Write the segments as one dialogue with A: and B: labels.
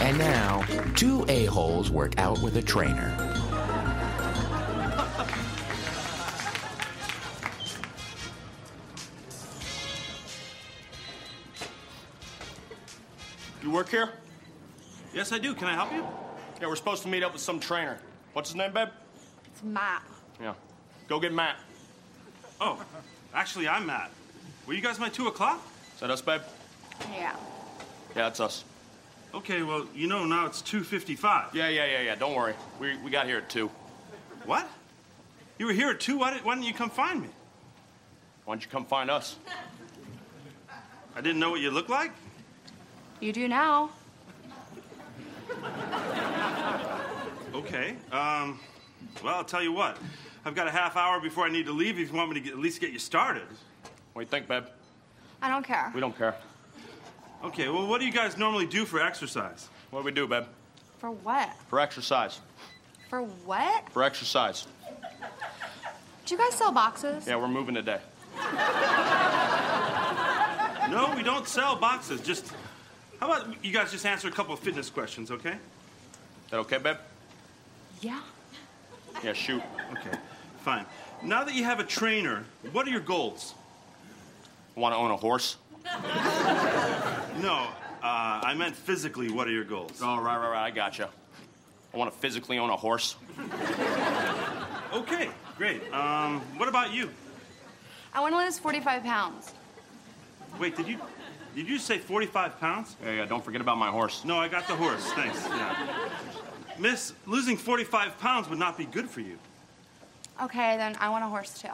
A: And now, two a-holes work out with a trainer.
B: You work here?
C: Yes, I do. Can I help you?
B: Yeah, we're supposed to meet up with some trainer. What's his name, babe?
D: It's Matt.
B: Yeah. Go get Matt.
C: Oh, actually, I'm Matt. Were you guys my two o'clock?
B: Is that us, babe? Yeah,
D: Yeah.
B: that's us.
C: Okay, well, you know now it's two fifty-five.
B: Yeah, yeah, yeah, yeah. Don't worry. We, we got here at 2.
C: What? You were here at two. Why, did, why didn't you come find me?
B: Why don't you come find us?
C: I didn't know what you looked like.
D: You do now.
C: Okay. Um, well, I'll tell you what. I've got a half hour before I need to leave. If you want me to get, at least get you started.
B: What do you think, babe?
D: I don't care.
B: We don't care.
C: Okay. Well, what do you guys normally do for exercise?
B: What do we do, babe?
D: For what?
B: For exercise.
D: For what?
B: For exercise.
D: Do you guys sell boxes?
B: Yeah, we're moving today.
C: No, we don't sell boxes. Just how about you guys just answer a couple of fitness questions, okay?
B: That okay, babe?
D: Yeah.
B: Yeah, shoot.
C: Okay. Fine. Now that you have a trainer, what are your goals?
B: Want to own a horse?
C: No, uh, I meant physically. What are your goals?
B: Oh, right, right, right. I gotcha. I want to physically own a horse.
C: Okay, great. Um, what about you?
D: I want to lose 45 pounds.
C: Wait, did you did you say 45 pounds?
B: Yeah, yeah. Don't forget about my horse.
C: No, I got the horse. Thanks. Yeah. Miss, losing 45 pounds would not be good for you.
D: Okay, then I want a horse too.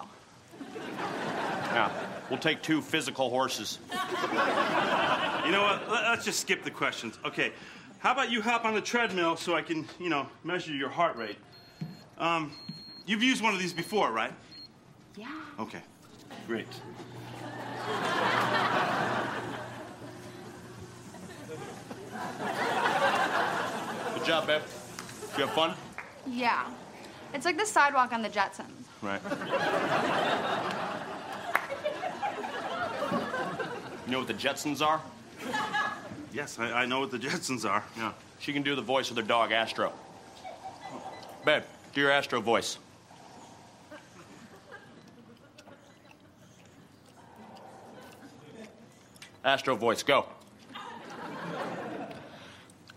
B: Yeah. We'll take two physical horses.
C: You know what? Let- Let's just skip the questions. Okay. How about you hop on the treadmill so I can, you know, measure your heart rate? Um, you've used one of these before, right?
D: Yeah.
C: Okay. Great.
B: Good job, babe. Did you have fun?
D: Yeah. It's like the sidewalk on the Jetsons.
B: Right. you know what the Jetsons are?
C: Yes, I, I know what the Jetsons are.
B: Yeah. She can do the voice of their dog, Astro. Babe, do your Astro voice. Astro voice, go.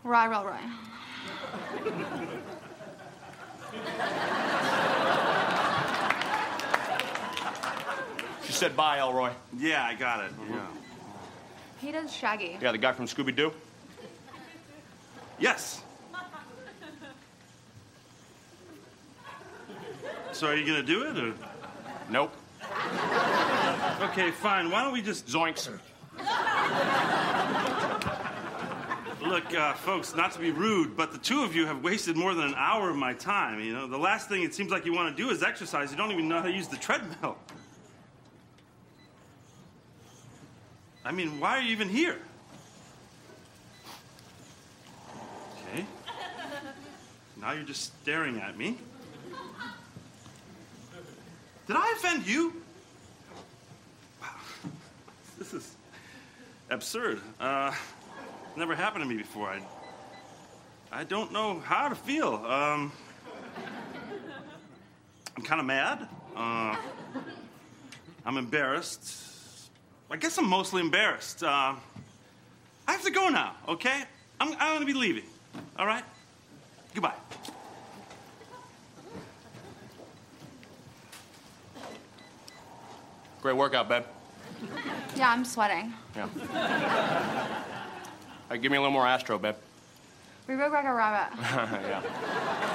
D: Roy, roy, roy.
B: She said bye, Elroy.
C: Yeah, I got it. Yeah.
D: He does Shaggy.
B: Yeah, the guy from Scooby Doo.
C: Yes. So are you gonna do it or?
B: Nope.
C: Okay, fine. Why don't we just
B: Zoinks.
C: Look, uh, folks, not to be rude, but the two of you have wasted more than an hour of my time. You know, the last thing it seems like you want to do is exercise. You don't even know how to use the treadmill. I mean, why are you even here? Okay. Now you're just staring at me. Did I offend you? Wow. This is absurd. Uh, never happened to me before. I, I don't know how to feel. Um, I'm kind of mad. Uh, I'm embarrassed. I guess I'm mostly embarrassed. Uh, I have to go now, okay? I'm, I'm gonna be leaving. All right? Goodbye.
B: Great workout, babe.
D: Yeah, I'm sweating.
B: Yeah. All right, give me a little more Astro, babe.
D: We broke like a rabbit.
B: yeah.